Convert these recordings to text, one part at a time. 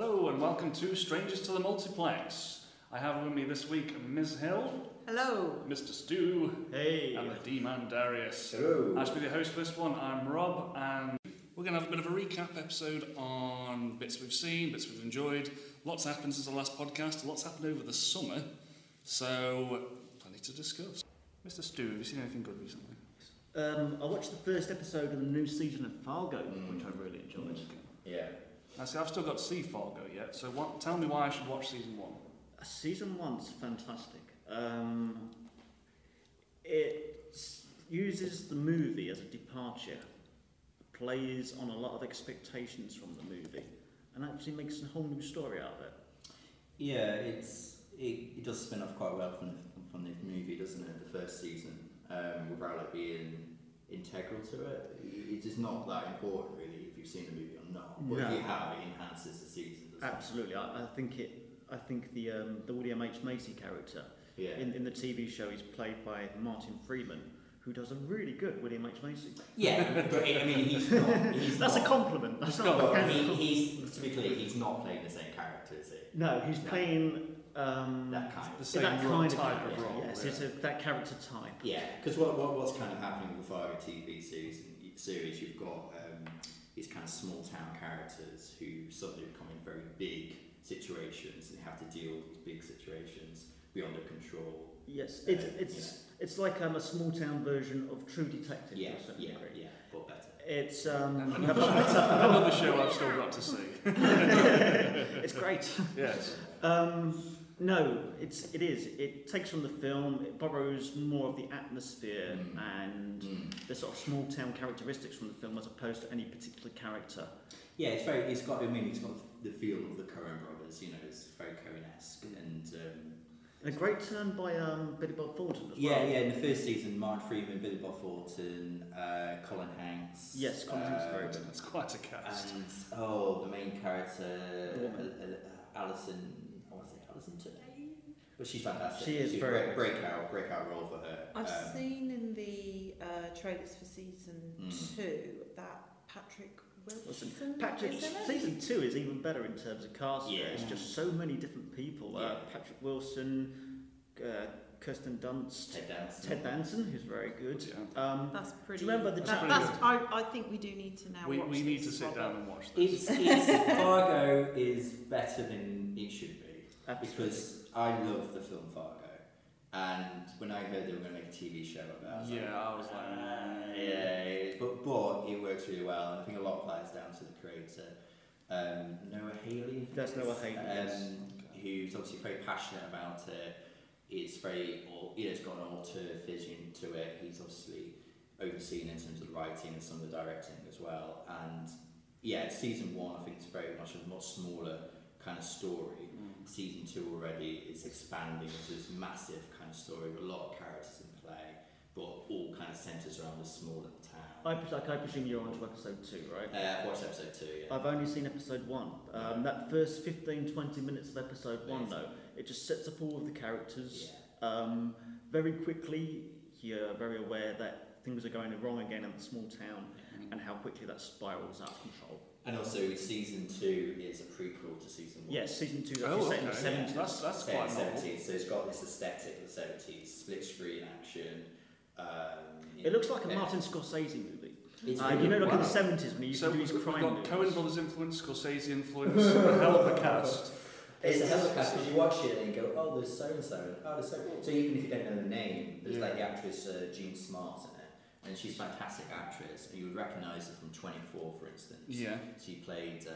welcome to Strangers to the Multiplex. I have with me this week Ms. Hill, Hello. Mr. Stu, Hey. and the D-Man Darius. Hello. As be the host for this one, I'm Rob, and we're going to have a bit of a recap episode on bits we've seen, bits we've enjoyed. Lots happened since the last podcast, lots happened over the summer, so plenty to discuss. Mr. Stu, have you seen anything good recently? Um, I watched the first episode of the new season of Fargo, Mm. which I really enjoyed. Yeah. I see, I've still got to see Fargo yet, so what, tell me why I should watch season one. Uh, Season one's fantastic. Um, it s- uses the movie as a departure, plays on a lot of expectations from the movie, and actually makes a whole new story out of it. Yeah, it's it, it does spin off quite well from the, from the movie, doesn't it? The first season, um, without like being integral to it. I- It is not that important really if you've seen the movie or not. But No. if you have, it enhances the season. Doesn't Absolutely, I, I think it. I think the um, the William H Macy character It? Yeah. in, in the TV show is played by Martin Freeman, who does a really good William H Macy. yeah, but it, I mean, he's not. He's That's a not- compliment. That's He's not But a he, compliment. he's to be clear, he's not playing the same character, is he? No, he's No. playing um, That kind. The Of, same that role, kind of type of character. role. yes, yeah. it's a, that character type. yeah, because what, what what's kind of happening with the Fargo TV series series, you've got um, these kind of small town characters who suddenly become in very big situations and have to deal with these big situations beyond their control. Yes, Uh, it's it's it's like um, a small town version of True Detective. Yeah, to a certain yeah, degree. yeah, but better. It's um, Another show- another show I've still got to see. it's great. Yes. Um, no, it's it is. It takes from the film. It borrows more of the atmosphere Mm. and Mm. the sort of small town characteristics from the film, as opposed to any particular character. Yeah, it's very. It's got. I mean, it's got the feel of the Coen Brothers. You know, it's very Coen-esque and. Um, And a great turn by um, Billy Bob Thornton as Yeah, well. yeah. In the first season, Mark Freeman, Billy Bob Thornton, uh, Colin Hanks. Yes, Colin Hanks is um, very good. That's quite a cast. And oh, the main character, The woman. uh, uh, Alison. I want to say Alison today, but she's fantastic. She is she's very a break, breakout breakout role for her. um, I've Um, seen in the uh, trailers for season Hmm. Mm. two that Patrick Wilson. Patrick, is in it? season two is even better in terms of casting. Yeah. It's just so many different people. Uh, Yeah. Patrick Wilson, uh, Kirsten Dunst, Ted Danson. Ted Danson, who's very good. Yeah. Um, That's pretty. remember the that, chap- that's, I, I think we do need to now. We, watch we need to this, sit Robert. down and watch this. It's, it's Fargo is better than it should be. because I love the film Fargo, and when I heard they were going to make a TV show about it, Yeah, I was like, "Ah, yeah, but but it works really well, and I think a lot of that is down to the creator, um, Noah Haley. That's Noah Haley, um, yes. who's obviously very passionate about it. It's very, al- you know, it's got an altered vision to it. He's obviously overseen in terms of the writing and some of the directing as well, and yeah, season one I think is very much a much smaller kind of story season two already is expanding into this massive kind of story with a lot of characters in play, but all kind of centres around this small little I, town. pres- like, I presume you're on to episode two, right? Uh, I've watched episode two, yeah. I've only seen episode one. Um, that first 15, 20 minutes of episode one, Yes. though, it just sets up all of the yeah. characters um, very quickly. You're very aware that things are going wrong again in the small town Mm. and how quickly that spirals out of control. And also, season two is a prequel to season one. Yes, season two is Oh, actually set in the okay. 70s. That's, that's Set in quite the novel. 70s, so it's got this aesthetic of the 70s, split screen action. Um, you It know, looks like a yeah. Martin Scorsese movie. It's Uh, really you know, like in the well. 70s when he used So to do we've his we've crime got movies. Cohen Brothers influence, Scorsese influence, a hell of a cast. It's a hell of a cast because you watch it and you go, oh, there's so and so, oh, there's so. So even if you don't know the name, there's Yeah. like the actress uh, Jean Smart in it, and she's a fantastic actress. And you would recognise her from 24, for instance. Yeah, She played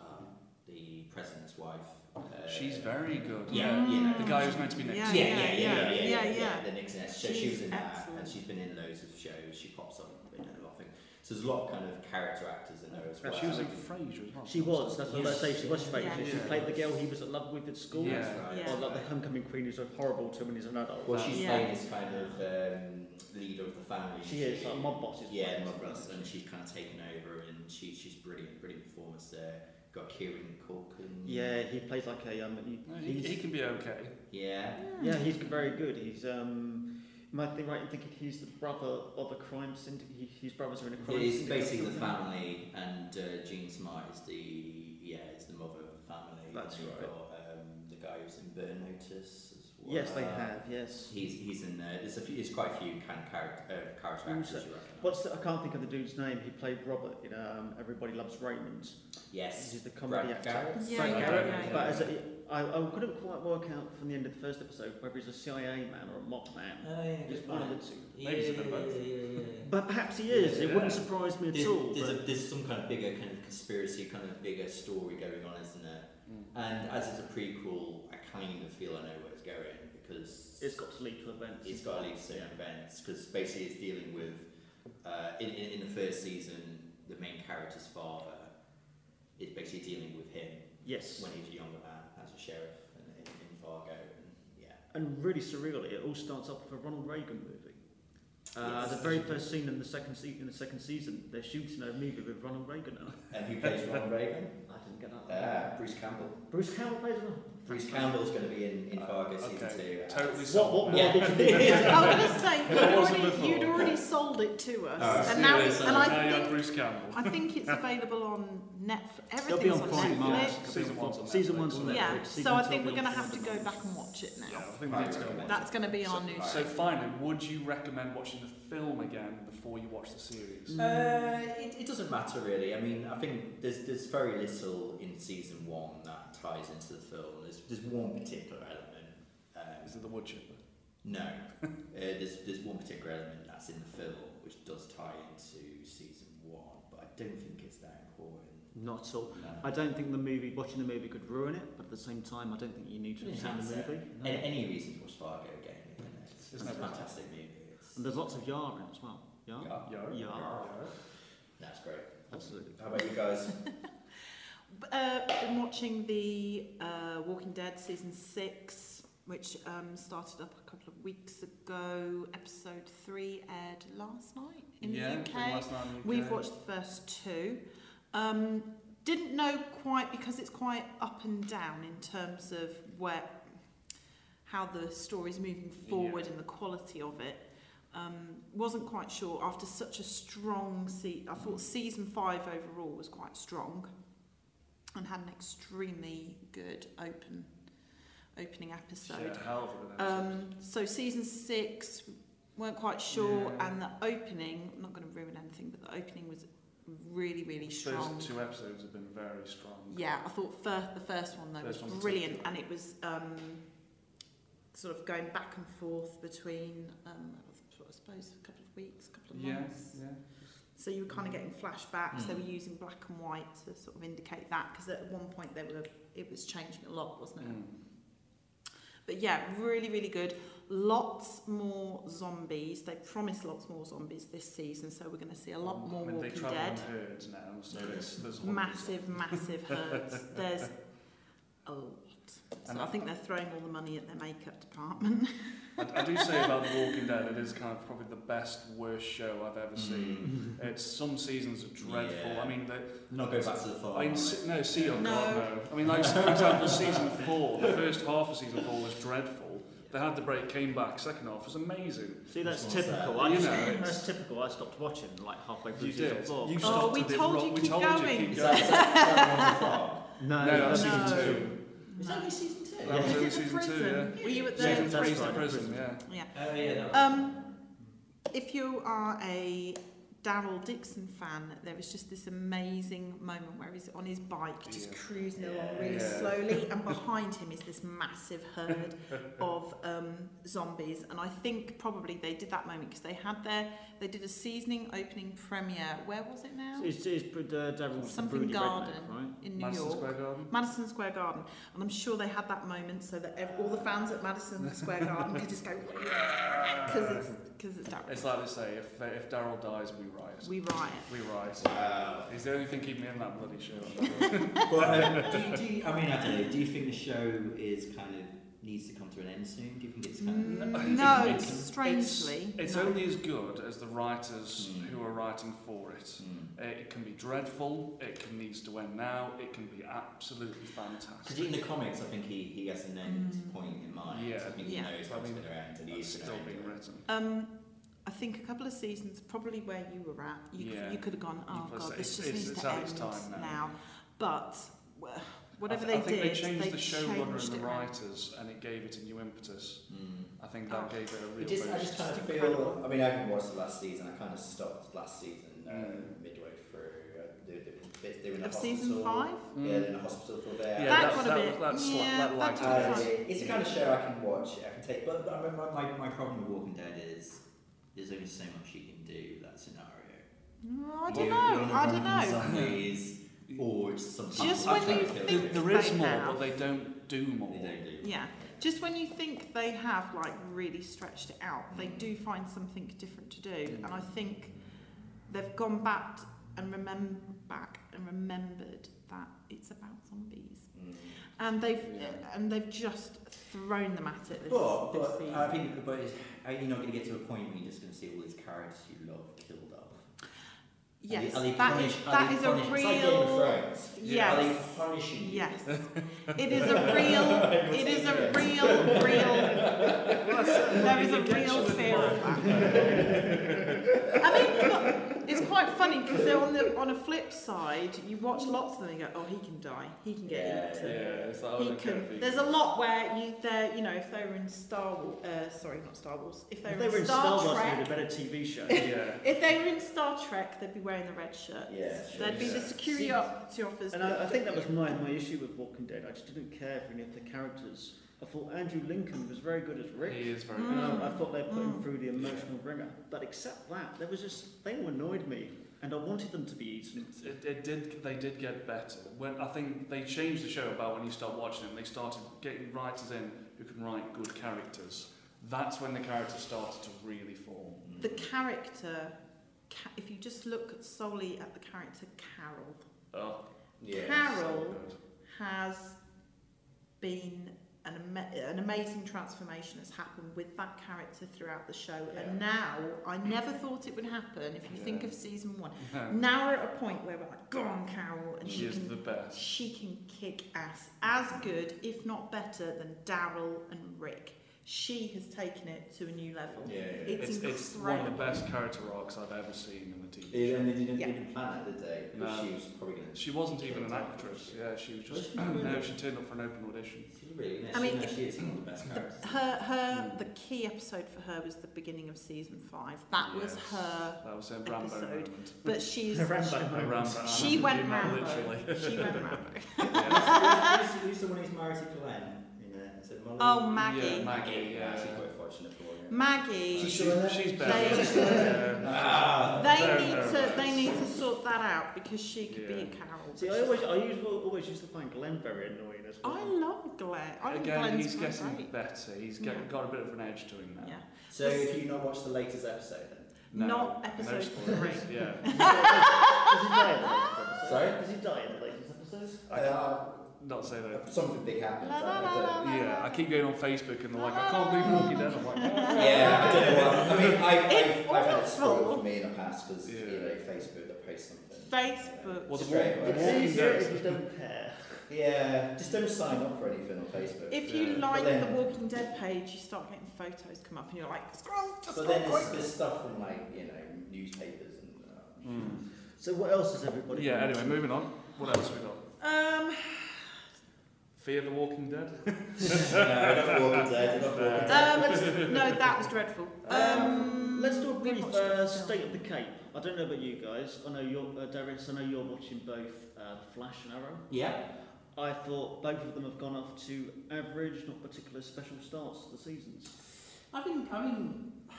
um, um, the president's wife. Uh, she's very good. Yeah, you know. The guy who's meant to be Yeah next. yeah yeah yeah, yeah, yeah, yeah, yeah. The Nixon S. So she She's was in that, excellent. and she's been in loads of shows. She pops up in a lot of things. So there's a lot of kind of character actors in there as well. She was in Frasier as well. She was, that's what I was about to say, she was Yeah. famous. She Yeah. played the girl he was in love with at school. Yeah. Yeah. Or like the homecoming queen who's so horrible to him when he's an adult. Well, she's Yeah. playing this kind of um, leader of the family. she is, like mob bosses. Yeah, Mob Russ, and she's kind of taken over, and she, she's brilliant, brilliant performance there. Got Kieran Culkin. Yeah, he plays like a... Um, he, No, He, he's, he can be okay. Yeah. yeah, he's very good. He's... Um, am I think right in thinking he's the brother of a crime syndicate? He, his brothers are in a crime It's syndicate. or basically the something. family, and uh, Jean Smart is the yeah is the mother of the family. That's And they've right. got, um, the guy who's in Burn Notice as well. Yes, they have. Yes. He's he's in there. There's a few. There's quite a few kind of character uh, character Who's actors you recognise. What's the, I can't think of the dude's name. He played Robert in um, Everybody Loves Raymond. This yes. is the comedy Brad actor. Garrett. Yeah, Frank yeah, Garrett. yeah, But yeah. as a, I, I couldn't quite work out from the end of the first episode whether he's a CIA man or a mob man. Oh, yeah, Just good one point. of the two. Maybe it's a bit of both. Yeah, yeah, yeah, yeah. But perhaps he is. It wouldn't Yeah. surprise me at There's, all. there's, a, but- there's some kind of bigger kind of conspiracy, kind of bigger story going on, isn't there? And as it's a prequel, I kind of feel I know where it's going because it's got to lead to events. it's got to lead to certain events because basically it's dealing with uh, in, in, in the first season the main character's father is basically dealing with him Yes. when he's a younger man as a sheriff in, in, in Fargo and yeah And really surreally, it all starts off with a Ronald Reagan movie. Uh, Yes. The very first scene in the second se- in the second season, they're shooting a movie with Ronald Reagan. on it. and who plays Ronald Reagan? I didn't get that. Uh, Bruce Campbell. Bruce Campbell plays Ronald. Bruce Campbell's going to be in, in Fargo season Uh, okay. two. as- Totally What, sold what now. more Yeah. did you need? I was going to say, you'd It wasn't already, you'd before. already sold it to us. Alright. and Yeah, now, they sold and it. Now you I have think, Bruce Campbell. I think it's available on It'll Netflix. be Everything's on on Prime March. Netflix. Season one's on Season Netflix. one's on Netflix. Yeah, Season so I two think will we're be going to on have to go Prime. back and watch it Yeah, I now. think we need to go on. That's going to be our new So finally, would you recommend watching the film again before you watch the Mm. series? Uh, it, it doesn't matter really. I mean, I think there's there's very little in season one that ties into the film. There's there's one particular element. Um, Is it the wood chipper? no, uh, there's there's one particular element that's in the film which does tie into season one, but I don't think it's that important. Not at all. No. I don't think the movie, watching the movie could ruin it, but at the same time, I don't think you need to have Yeah, seen the that's movie. A- any reason to watch Fargo again? Isn't it? It's, There's a no fantastic movie. It's, And there's lots of yarn in it as well. Yarn? Uh, yeah, Yo. Yeah. that's great. Absolutely. How about you guys? B- Uh, been watching the uh, Walking Dead season six, which um, started up a couple of weeks ago. Episode three aired last night in yeah, the from UK. last night in the We've UK. watched the first two. Um, didn't know quite because it's quite up and down in terms of where how the story's moving forward and the quality of it. Um, wasn't quite sure after such a strong season. I thought season five overall was quite strong and had an extremely good open opening episode. Yeah, hell of an episode. Um, so season six weren't quite sure, Yeah. and the opening. I'm not going to ruin anything, but the opening was really, really strong. Those two episodes have been very strong. Yeah, I thought first, the first one though First was one brilliant, and particularly. it was um, sort of going back and forth between, um, I suppose, a couple of weeks, a couple of Yeah, months. yeah. Mm. So you were kind of getting flashbacks. They Mm. were using black and white to sort of indicate that, because at one point they were, it was changing a lot, wasn't it? Mm. But yeah, really, really good. Lots more zombies. They promised lots more zombies this season, so we're going to see a lot more Mm. I mean, Oh, they Walking travel Dead. in herds now, so Yeah. it's, there's Massive, massive herds. There's a lot. So And I that- think they're throwing all the money at their makeup department. I, I do say about The Walking Dead, it is kind of probably the best, worst show I've ever seen. It's some seasons are dreadful. Mm. Yeah. I mean, the, Not go back to the farm. I mean, se- no, see, oh No. God, no. I mean, like for example, season four, the first half of season four was dreadful. They had the break, came back, second half was amazing. See, that's What's typical. that? I You just- know, it's- that's typical. I stopped watching like halfway through You season did. four. You Oh, stopped we a bit told wrong. you we keep told you going. keep Is going. that, is that, is that the one on the farm? No, No, that's No. season two. Was that No. only season two? That was Is it only the season two, prison? yeah. Were you at the Season That's three is the right, the prison, prison. yeah. Oh yeah. That was Um, if you are a Daryl Dixon fan, there was just this amazing moment where he's on his bike, just Yeah. cruising along Yeah. really Yeah. slowly, and behind him is this massive herd of um, zombies. And I think probably they did that moment because they had their they did a seasoning opening premiere. Where was it now? It's, it's, it's uh, Daryl's Something Broody garden. Redneck, right? In New Madison York. Square Garden. Madison Square Garden, and I'm sure they had that moment so that ev- all the fans at Madison Square Garden could just go because it's because it's Daryl. It's like they say, if, if Daryl dies, we riot. We riot. We riot. Wow. He's the only thing keeping me in that bloody show. But um, do, you, do you, I mean, I don't know. Do you think the show is kind of needs to come to an end soon? Do you think it's kind of Mm, No, It's- strangely. It's no. only as good as the writers Mm. who are writing for it. Eh, It can be dreadful, it can needs to end now, it can be absolutely Because fantastic. in the comics, I think he, he has an end Mm. point in mind. Yeah. I think Yeah. he knows I what's mean, going to end, and It's he's still going to being end. written. Um, I think a couple of seasons, probably where you were at, you, Yeah. you could have gone, oh Plus, god, this it's, just it's, needs it's to at end its time now. now. But well, I, Whatever th- they I think did, they changed the showrunner changed and it the around. writers, and it gave it a new impetus. Mm. I think that Oh. gave it a It real just, I boost. just kind of Just feel. incredible. I mean, I haven't watched the last season. I kind of stopped last season uh, Mm. midway through. Uh, they, they, they were in the Of hospital. season five? Mm. Yeah, they're in the hospital for there. Yeah, that that, got a that, bit- that, sli- yeah, that that liked took a it. Uh, fun. it's the kind of show I can watch. I can take. But, but I mean, my, my my problem with Walking Dead is there's only so much you can do that scenario. Mm, I You- don't you know. either I run don't from know. Zombies or some. Just I- I when don't you feel There- think good. there is they more, have. but they don't do more. They don't do. Yeah. Just when you think they have like really stretched it out, they Mm. do find something different to do, Mm. and I think they've gone back and remember back and remembered that it's about zombies, Mm. and they've Yeah. and they've just thrown them at it this, But, this but uh, season. I think, but it's, uh, you're not going to get to a point where you're just going to see all these characters you love killed off. Are they- yes, are they that is punished- are that they is punished? a It's like Game of real Thrones. Yeah. Are yes. they punishing you? Yes, it is a real, it is a real, real, there is a real fear of that. I mean, look, it's quite funny because on the on a flip side, you watch lots of them and you go, oh, he can die, he can get Yeah, Yeah, eaten. it's like, I He don't care if can, he- there's a lot where you there, you know, if they were in Star Wars, uh, sorry, not Star Wars, if they If were, they were in Star Wars, they'd Trek, be a better TV show. Yeah. if they were in Star Trek, they'd be wearing the red shirts. Yeah, sure, There'd be the yeah. security officers. And I, I think that was my, my issue with Walking Dead. I just didn't care for any of the characters. I thought Andrew Lincoln was very good as Rick. He is very And good. I, I thought they put him Mm. through the emotional ringer. But except that, there was just they all annoyed me, and I wanted them to be eaten. It, it did. They did get better. When I think they changed the show about when you start watching them, they started getting writers in who can write good characters. That's when the characters started to really form. the Mm. character ca- if you just look solely at the character carol Oh, yeah. so carol good. has been an, ama- an amazing transformation has happened with that character throughout the show Yeah. and now i never thought it would happen if you think Yeah. of season one Yeah. now we're at a point where we're like go on carol and she, She is can the best. she can kick ass as good if not better than daryl and rick she has taken it to a new level Yeah, yeah. it's, It's, it's one of incredible the best character arcs I've ever seen in the TV. They- And they didn't Yeah. even plan it, did they? Because No. she was probably going to. She wasn't even an actress. Yeah, she was just. no, she turned up for an open audition. She really. I mean, she, she is one of the best characters. Her, her, Hmm. Mm. the key episode for her was the beginning of season five. That was Yes. her, That was her Rambo Episode. moment. but she's Rambo Her moments. Rambo. she went Rambo. Rambo. Literally. She went Rambo. who's, who's, who's the one who's married to Glenn? In, uh, is it Molly? Oh, Maggie. Yeah, Maggie. Maggie. Yeah, Yeah. she's quite fortunate for you. She's, Maggie, still in there? she's, she's They- better. Yeah. Ah, Very, they need very to nice. they need to sort that out because she could be a Yeah. Carol. See, I always I used, always used to find Glenn very annoying as well. I love Glenn. I think Again, Glenn's he's quite getting great. better. He's get, Yeah. got a bit of an edge to him now. Yeah. so if you've not watched the latest episode, No, then Not no episode spoilers, three. Yeah. Does he die in the latest episode? Sorry? Does he die in the latest episode? I uh, Not say that. something big happens. La, la, I la, don't- la, la, Yeah, I la. keep going on Facebook and they're like, I can't believe Walking Dead. I'm like, Yeah, I don't know. What, I mean, I, It's I've, I've had it spoiled awful. for me in the past because Yeah. you know Facebook they post something. Facebook. Well, the Straight wall- away. the It's Walking easier Dead. if you don't care. Yeah, just don't sign up for anything on Facebook. If you Yeah. But like then- the Walking Dead page, you start getting photos come up and you're like, scroll, just but scroll then there's, quick. there's stuff from like you know newspapers and. Uh, Mm. So what else has everybody? yeah, done? anyway, moving on. What else we got? Um, Fear the Walking Dead? no, not Walking Dead, not Walking Dead. Um, no, that was dreadful. Um, Let's do a we brief watched uh, a film. state of the Cape. I don't know about you guys. I know you're, uh, Darius, I know you're watching both uh, Flash and Arrow. Yeah. I thought both of them have gone off to average, not particularly special starts to the seasons. I think I mean I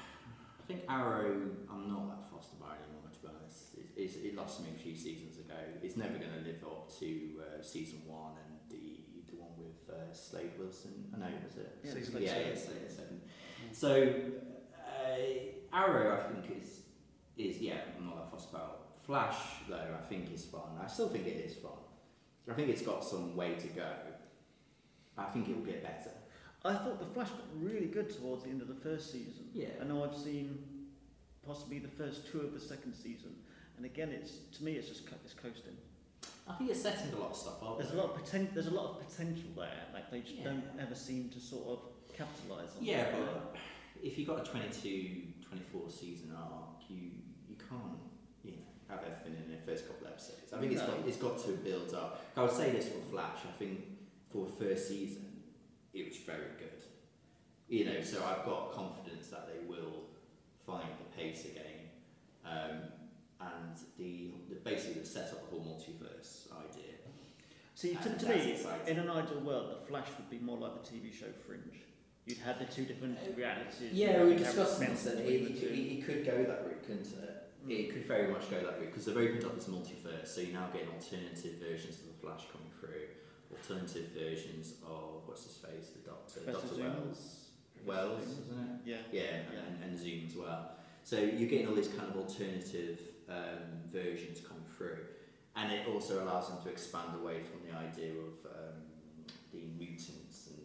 think Arrow. I'm not that fussed about anymore. To be honest, it, it's it lost me a few seasons ago. It's never going to live up to uh, season one and the the one with uh, Slade Wilson. I know was it. Yeah, Season Slade eight. yeah, Wilson. yeah, Slade Wilson. So uh, Arrow, I think is is yeah. I'm not that fussed about Flash though. I think is fun. I still think it is fun. I think it's got some way to go. I think it will get better. I thought the Flash got really good towards the end of the first season. Yeah. I know I've seen possibly the first two of the second season, and again, it's to me, it's just co- it's coasting. I think it's setting a lot of stuff up. There's a lot of poten- There's a lot of potential there. Like they just Yeah. don't ever seem to sort of capitalise on. Yeah, it. but if you've got a 22, 24 season arc, you you can't, you know, have everything in the first couple of episodes. I think it's No. got, it's got to build up. I would say this for Flash. I think for the first season, it was very good. You know, so I've got confidence that they will find the pace again. Um, and the, the basically they've set up the whole multiverse idea. See, to, And to that's me, exciting. in an ideal world, the Flash would be more like the TV show Fringe. You'd have the two different Uh, realities. Yeah, and we you'd have discussed mixed this uh, that between it, the two. it, it could go that route, couldn't it? Hmm. It could very much go that route because they've opened up this multiverse, so you're now getting alternative versions of the Flash coming through, alternative versions of what's his face, the Doctor, Professor Doctor Zoom? Wells, Wells, Zoom? isn't it? Yeah. Yeah, and, and Zoom as well. So you're getting all these kind of alternative um, versions come through, and it also allows them to expand away from the idea of um, the mutants and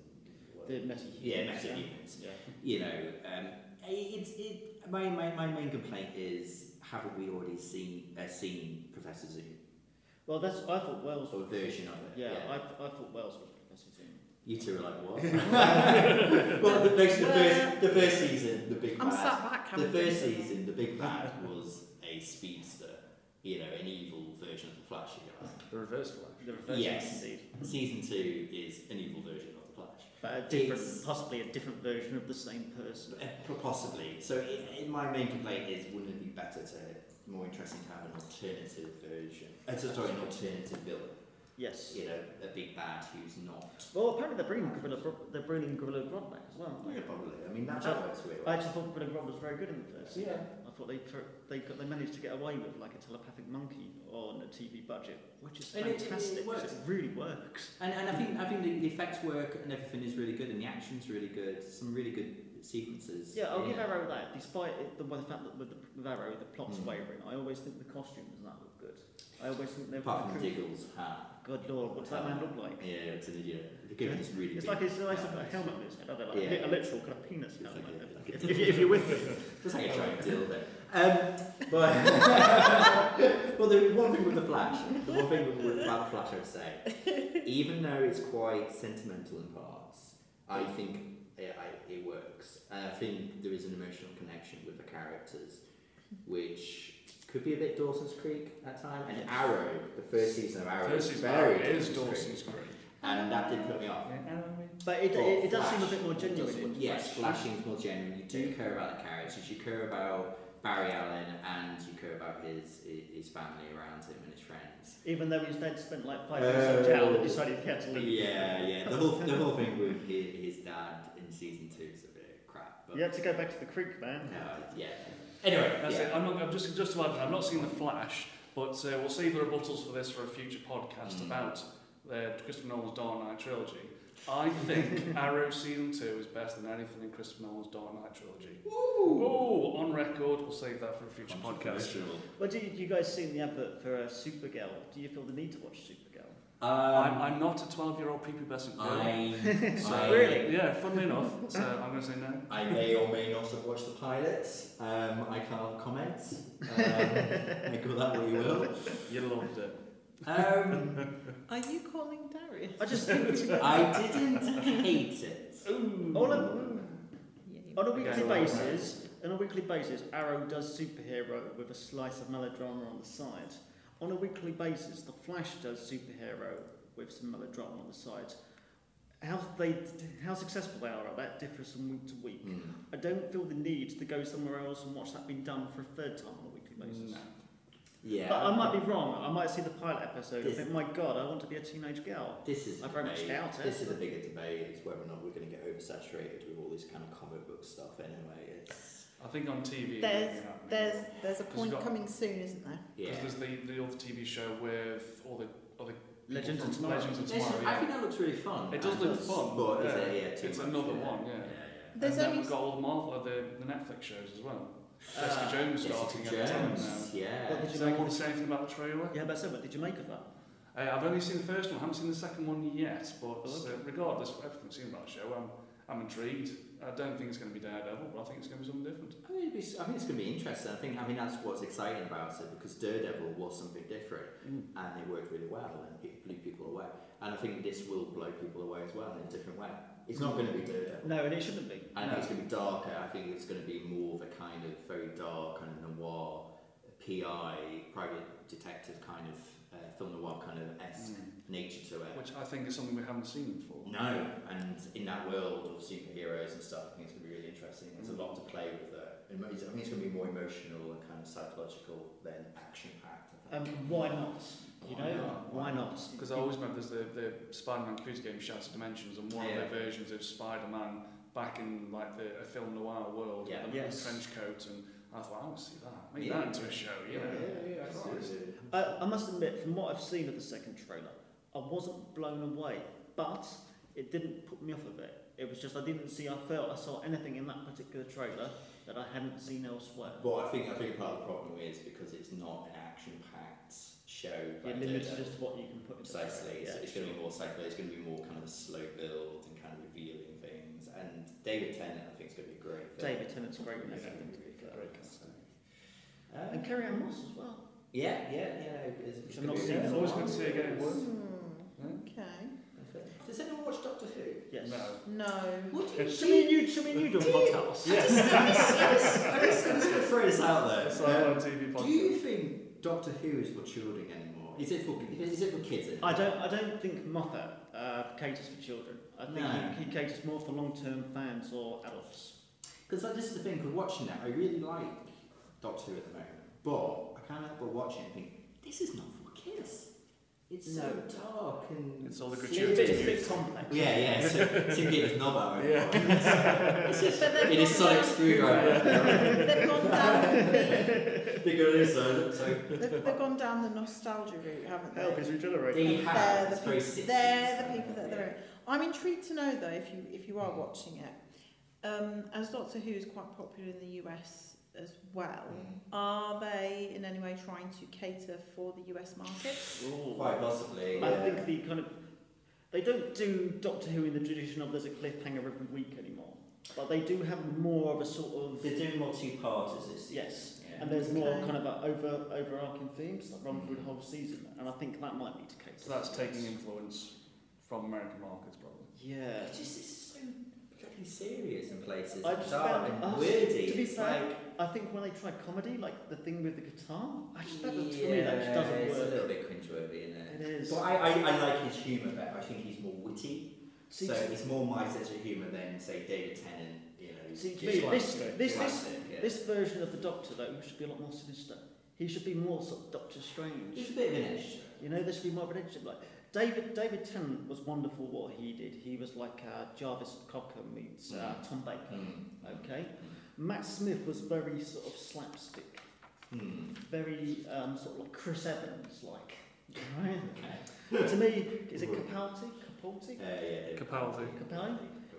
what- The meta yeah, metahumans Yeah. you know, um, it, it's it, my, my, my main complaint is haven't we already seen uh, seen Professor Zoom Well, that's I thought Wells or a was. version of it? Yeah, I, I thought Wells was Professor Zoom. you two are like what? well, the, basically the Well- first the first season, the big I'm bad. sat back. The haven't first done anything. season, the big bad was a speedster, you know, an evil version of the Flash. if You like. The reverse flash. The reverse Yes. indeed, Season two is an evil version of the Flash. but a different, It's- possibly a different version of the same person. Uh, p- Possibly. So i i my main complaint is, wouldn't it be better to, more interesting to have an alternative version? Uh, so- sorry, an alternative villain. Yes. You know, a big bad who's not. Well, apparently they're bringing Gorilla, Gro- they're bringing Gorilla Grodd back as well. aren't they? Oh, Yeah, probably. I mean, that's Uh, how it's weird. I actually thought Gorilla Grodd was very good in the first. yeah. I thought they tr- they got they managed to get away with like a telepathic monkey on a TV budget, which is And it- it- it fantastic. 'cause It, worked. really works. And, and I think I think the, the effects work and everything is really good and the action's really good. Some really good sequences. Yeah, I'll in give it. Arrow that. Despite it, the, well, the fact that with, the, with Arrow the plot's Mm. wavering, I always think the costumes and that look good. I always think they're Apart from Diggle's hat. God Lord, what does that man look like? Yeah, it's an idiot. They're giving this really It's big like it's like a hat. helmet on his head. I don't know, like Yeah. a literal kind of penis It's helmet. like a- if, if, you- if you're with me, Just like a giant dildo. Um, but well, the one thing with the Flash, the one thing with, with- about the Flash, I would say, even though it's quite sentimental in parts, I think it, I, it works, and I think there is an emotional connection with the characters, which could be a bit Dawson's Creek at times. And Arrow, the first season of Arrow, First is season very it is Dawson's Creek. Dawson's Creek. and that did put me off. but it, Well, it, it does Flash. seem a bit more genuine. Doesn't- with Yes, Flash. flashing's more genuine. You do care about the characters. You care about Barry Allen, and you care about his his family around him and his friends. Even though his dad spent like five years in jail and Oh. decided he had to leave. Yeah, yeah. The whole the whole thing with his, his dad in season two is a bit crap. But You had to go back to the creek, man. no, yeah. Anyway, That's yeah. it. I'm not. I'm just just to add, I've not seen the Flash, but uh, we'll save the rebuttals for this for a future podcast Mm. about uh, Christopher Nolan's Dark Knight trilogy. I think Arrow season two is better than anything in Christopher Nolan's Dark Knight trilogy. Ooh, on record. We'll save that for a future podcast. Controversial. Well, do you, you guys seen the advert for uh, Supergirl? Do you feel the need to watch Supergirl? I'm, Um, I'm not a 12 year old prepubescent girl. I, I Really? Yeah, funnily enough. So I'm going to say no. I may or may not have watched the pilot. Um, I can't comment. Um, make of that what you will. You loved it. Um, Are you calling Darius? I just think it's- I didn't hate it. Ooh. all on, Yeah, you- on a Okay, weekly well, right. basis, on a weekly basis, Arrow does superhero with a slice of melodrama on the side. On a weekly basis, The Flash does superhero with some melodrama on the side. How they, how successful they are at that differs from week to week. Hmm. I don't feel the need to go somewhere else and watch that being done for a third time on a weekly basis. No. Yeah. But I might be wrong. I might see the pilot episode and This- think, my god, I want to be a teenage girl. This is. a I very much debate- doubt it. This is a bigger debate. Is whether or not we're going to get oversaturated with all this kind of comic book stuff. Anyway, it's I think on TV. There's- yeah, There's there's a Because point we've got- coming soon, isn't there? yeah. Because there's the, the other TV show with all the Legends from of Tomorrow. Legends of This Tomorrow. is- I yeah. think that looks really fun. It does and look it's- fun, but is yeah. it? Yeah, too It's much, another yeah. one, yeah. Yeah, There's and then only we've got all the Marvel, uh, the, the Netflix shows as well. Jessica Ah, Jones Uh, Jessica starting at the time now. Jones, yeah. What did you Does anyone make? want to say anything about the trailer? Yeah, but so what did you make of that? Uh, I've only seen the first one. I haven't seen the second one yet. But Oh, uh, regardless of everything I've seen about the show, I'm I'm intrigued. I don't think it's going to be Daredevil, but I think it's going to be something different. I mean, it'd be, I think it's going to be interesting. I think I mean that's what's exciting about it because Daredevil was something different and it worked really well and it blew people away. And I think this will blow people away as well in a different way. It's not going to be Daredevil. No, and it shouldn't be. I think it's going to be darker. I think it's going to be more of a kind of very dark kind of noir PI, private detective kind of uh, film noir kind of esque nature to it. Mm. Which I think is something we haven't seen before. No, and in that world of superheroes and stuff, I think it's going to be really interesting. There's a lot to play with there. Emo- I think it's going to be more emotional and kind of psychological than action packed. Um, why not? You Why know, not? why not? Because I always remember there's the, the Spider-Man computer game Shattered Dimensions and one of Yeah. their versions of Spider-Man back in like the a film noir world Yeah. with a Yes. trench coat and I thought I want to see that. Make Yeah. that into a show, you know. yeah, yeah, Christ. absolutely. Uh, I must admit, from what I've seen of the second trailer, I wasn't blown away, but it didn't put me off of it. It was just I didn't see, I felt I saw anything in that particular trailer that I hadn't seen elsewhere. Well, I think I think part of the problem is because it's not an action packed show. You're like limited to Daredevil. just what you can put into the Precisely. trailer, It's, it's going to be more psychological. It's going to be more kind of a slow build and kind of revealing things. And David Tennant, I think, is going to be a great. film. David Tennant's great in Yeah, everything. I think he's to be a fair. great cast. And Um, Carrie Ann Moss as well. yeah, yeah, yeah. It's, it's Which I've gonna not be- seen it's for a always while. good to see again. Hmm, okay. Does anyone watch Doctor Who? Yes. No. No. Would you? It's- Should we new, should we new do a podcast? Yes. I'm just going to throw this out there. It's like on TV podcast. Do you think Doctor Who is for children anymore? Is it for is it for kids? Anymore? I don't. I don't think Moffat uh, caters for children. I think No. he, he caters more for long-term fans or adults. Because like, this is the thing. Because watching that, I really like Doctor Who at the moment, but I can't help but watch it and think this is not for kids. It's No. so dark and It's all the serious. Yeah, It's a bit, it's gratuitous a bit complex. Yeah, yeah. It's a, it's a kid's novel. It's just, But they've it is gone Sonic down- Screwdriver. They've gone down. The, They go this side, so they've, they've gone down the nostalgia route, haven't they? Help is regenerating. They They're have. the It's very people- 60s. They're the people that Yeah. they're in. I'm intrigued to know though if you if you are watching it, um, as Doctor Who is quite popular in the US as well. Are they in any way trying to cater for the US market? Ooh. Quite possibly. I yeah. think the kind of they don't do Doctor Who in the tradition of there's a cliffhanger every week anymore, but they do have more of a sort of they're doing more two-parters this season. yes, Yeah. and there's more Okay. kind of a over overarching themes that run through the whole season, and I think that might need to cater. So that's for taking kids. influence from American markets probably. Yeah. It's just it's so bloody serious in places. I just dark found- and oh, weirdy. to be It's fair, like, I think when they try comedy, like the thing with the guitar, I just that was- for me yeah, that just doesn't it's a work. little bit cringeworthy, isn't it? It is. But I, I, I like his humour better. I think he's more witty. See, so to- it's more my sense of humour than say David Tennant. You know, See, to just me, like- this- just this- like this- it, yeah. This version of the Doctor though should be a lot more sinister. He should be more sort of Doctor Strange. It's a bit of an edge. You know, there should be more of an edge. Like David, David Tennant was wonderful. What he did, he was like uh, Jarvis Cocker meets uh, Mm. Tom Baker. Okay, Matt Smith was very sort of slapstick, Hmm. very um, sort of like Chris Evans like. Right? Okay. to me, is it Capaldi? Capaldi? Uh, yeah. Capaldi. Capaldi?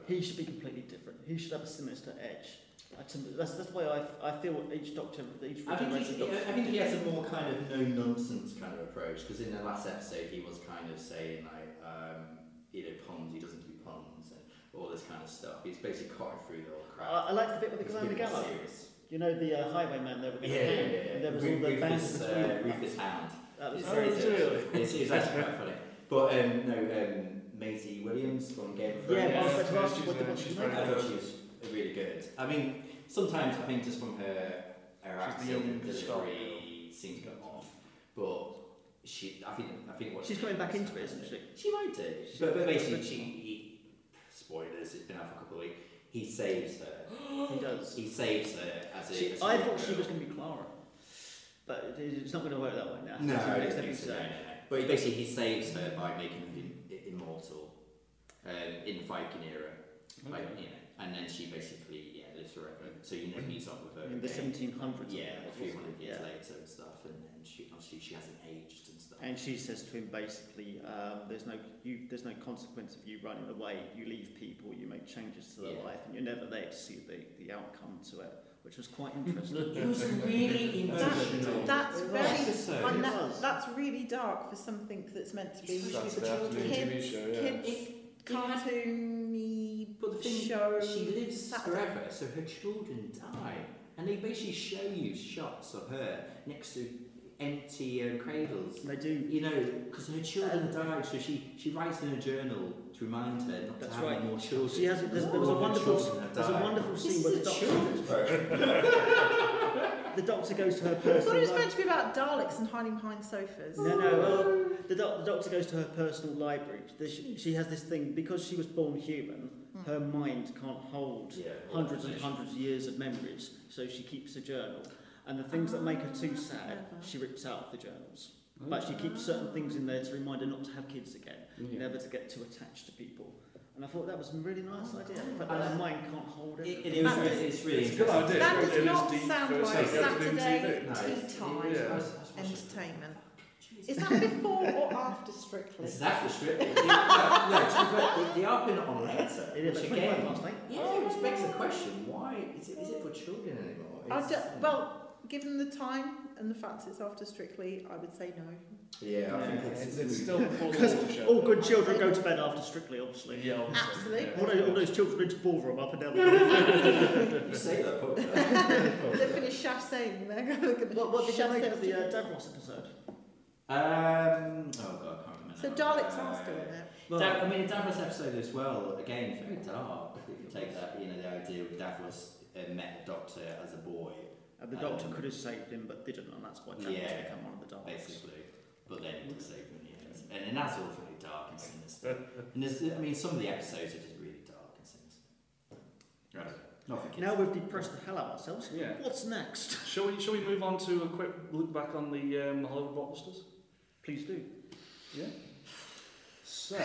He should be completely different. He should have a sinister edge. Uh, to me- That's that's why I, I feel each Doctor, each I think, regenerated he's, Doctor. I think he has a more kind of no nonsense kind of approach because in the last episode he was kind of saying like um, you know puns he doesn't do puns and all this kind of stuff. He's basically cutting through the whole crowd. I, I liked Uh, the bit with It's the guy in the a bit more gallow. serious. You know the uh, highwayman there with the Yeah, yeah, hand, yeah. and there was Ru- all the bands Rufus, uh, between. Rufus Hound. That was It's Oh, very very really? serious. It's, it's actually quite funny. But um, no, um, Maisie Williams from Game of Thrones. Yeah, Yeah, I was yeah, about to ask you she's, what the uh, what she's you very made I of good. it. thought she was really good. I mean, sometimes I think just from her her She's the accent and young star delivery seems a bit off, but she I think I think what She's she coming back does- into it, isn't she? She might do, but, but basically she he, spoilers. It's been out for a couple of weeks. He saves her. He does. He saves her as a. She, as a I young thought she girl. was going to be Clara, but it, it's not going to work that way now. No, It's I the don't next think so, no, episode. no, no. But he- basically, he saves her by making her im- i- immortal um, in the Viking era, like, you know, and then she basically yeah lives forever. So you never meet up with her. In the again. 1700s. yeah, I think it a was, few hundred years yeah. later and stuff, and then she obviously she hasn't aged and stuff. And she says to him basically, um, "There's no you. There's no consequence of you running away. You leave people. You make changes to their Yeah. life, and you're never there to see the, the outcome to it, which was quite interesting." It was really emotional. That's It was. very episode. And it that, was. that's really dark for something that's meant to be Especially That's for the afternoon children. TV show, yeah. kids cartoony But the thing, show. she lives Saturday. forever, so her children die, and they basically show you shots of her next to empty uh, cradles. And they do. You know, because her children died, so she, she writes in her journal to remind her not That's to have right. any more children. She has. There's, there was a All her wonderful. children have There's a died. wonderful This scene is where the a doctor. children's program. the doctor goes to her I thought personal it was library. meant to be about Daleks and hiding behind sofas. No, no, well, the, doc- the doctor goes to her personal library. The- She, she has this thing, because she was born human, her mind can't hold Yeah, all hundreds and information. hundreds of years of memories, so she keeps a journal. And the things that make her too Ah, sad, clever. she rips out of the journals. But she keeps certain things in there to remind her not to have kids again, never to get too attached to people. And I thought that was a really nice idea. But her mind can't hold It, it. it is, really- it's really It's a good interesting. idea. That It does is not the sound first like thing I do in Saturday TV. No, it's- tea time yeah. entertainment. Is that before or after Strictly? This is after strip. no, no, to be fair, they, they are putting it on later. It is which like again, 25 last night. yeah, which begs the question: Why is it, is it for children anymore? I It's- do, well, given the time and the fact it's after Strictly, I would say no. yeah, I think Yeah, it's, It's, it's still before the Because water show. all good children go to bed after Strictly, obviously. Yeah, obviously. Absolutely. Yeah. All those, all those children go to ballroom up and down the corridor. You say that, but uh, They finish chassaying. They're going to What, what did you make of the uh, Davros episode? um, oh god, I can't remember. So now. Daleks Uh, are still in it. Da- I mean, Davros episode as well. Again, very dark. If you take that, you know, the idea of Davros uh, met the Doctor as a boy, And the Doctor Um, could have saved him, but didn't, and that's why Davros Yeah. become one of the Daleks. basically. But then it was open, yeah. And, and that's all very dark and sinister. and there's, I mean, some of the episodes are just really dark and sinister. Right. Not for kids. Now we've depressed the hell out of ourselves. Yeah. What's next? Shall we, shall we move on to a quick look back on the um, Hollywood blockbusters? Please do. Yeah. So,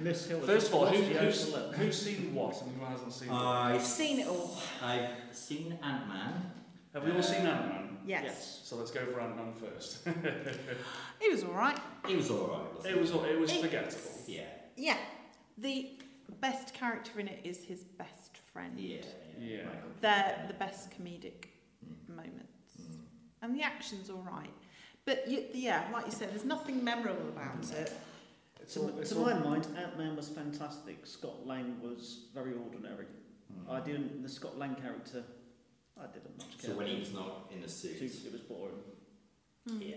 Miss Hill. first of all, who, what's the who's, overlook? who's seen what and who hasn't seen what? I've I've, seen it all. I've seen Ant Man. Have we all seen Ant-Man? Yes. So let's go for Ant-Man first. It was all right. It was alright, wasn't it was it was It's- forgettable. Yeah. Yeah. The best character in it is his best friend. Yeah. Yeah. Yeah. Michael They're Keaton. the best comedic Mm. moments. Mm. And the action's all right. But you, yeah, like you said, there's nothing memorable about it. It's all, To, it's to all, my mind, Ant Man was fantastic. Scott Lang was very ordinary. Mm. I didn't. The Scott Lang character, I didn't much care. So when he was not in a suit. It was boring. Hmm. Yeah.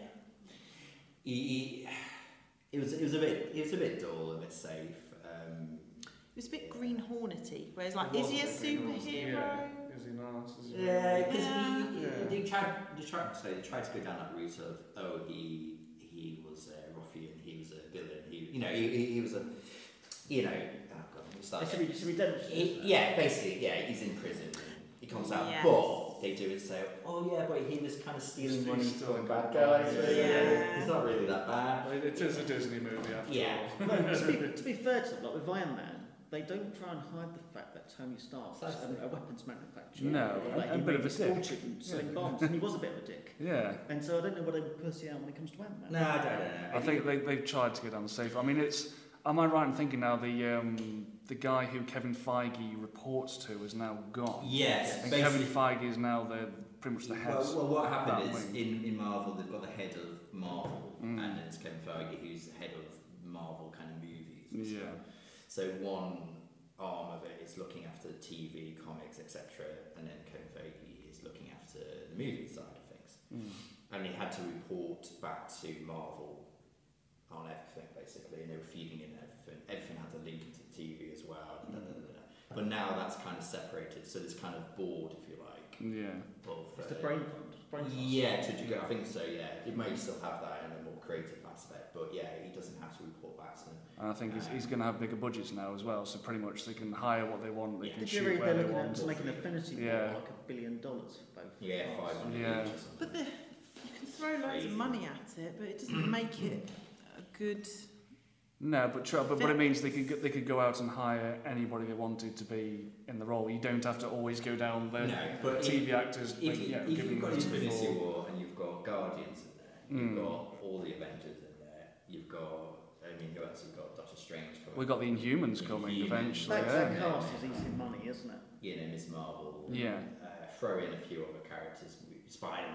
He, he, it was it was a bit it was a bit dull, a bit safe. Um, It was a bit Green Hornety, where it's like, It is he a was a bit Green Hornet, superhero? yeah. Is he nice? Is he Yeah, really- because he, Yeah. they tried, they tried, sorry, they tried to go down that route of, oh, he he was a ruffian, he was a villain, he, you know, he, he, he was a, you know, oh god, what's It should that? be, it should be redemption. He, isn't it? yeah, basically, yeah, he's in prison. He comes out, Yes. but they do it so, oh yeah, but he was kind of stealing He's money still from a bad bad guys. guy, so, yeah. yeah, It's not really that bad. Well, It is a Disney movie after Yeah. all. Well, to, be, to be fair to them, like with Iron Man, they don't try and hide the fact that Tony Stark was a, a weapons manufacturer. No, a- Or that a he bit made of a his dick. fortune selling Yeah. bombs, and he was a bit of a dick. Yeah. And so I don't know what they would pussy out when it comes to Ant Man. No, I don't know. I think they, they've tried to go down the safe. I mean, it's. Am I right in thinking now the um, the guy who Kevin Feige reports to is now gone, Yes, and basically. Kevin Feige is now the pretty much the head. Well, well, what happened that is wing. in, in Marvel they've got the head of Marvel, Mm. and it's Kevin Feige who's the head of Marvel kind of movies. and Yeah. stuff. So one arm of it is looking after TV, comics, etc., and then Kevin Feige is looking after the movie side of things. Mm. And he had to report back to Marvel on everything basically, and they were feeding in everything. Everything had to link into the TV as well. da, da, da, da, da. But now that's kind of separated, so there's kind of board, if you like, Yeah. of It's the uh, brain fund. Brain trust. yeah, to a degree, I think so. Yeah, it may still have that in a more creative aspect, but yeah, he doesn't have to report back to them. And I think he's, he's going to have bigger budgets now as well, so pretty much they can hire what they want, they Yeah. can Did you shoot read where they're they looking want. at making affinity war Yeah. like a billion dollars for both? Yeah, parts? five hundred Yeah. each or something. But the, you can throw loads of Crazy. money at it, but it doesn't make it a good. No, but tr- but what it means they could go- they could go out and hire anybody they wanted to be in the role. You don't have to always go down the no, but if, TV actors. if, like, you, yeah, if give you've them got budget Infinity for- War and you've got Guardians in there, you've Mm. got all the Avengers in there, you've got I mean, who else? You've got Doctor Strange coming. We got the Inhumans coming Inhumans. eventually. That, yeah. that cast is easy money, isn't it? you know Miss Marvel. Yeah. Uh, throw in a few other characters, Spider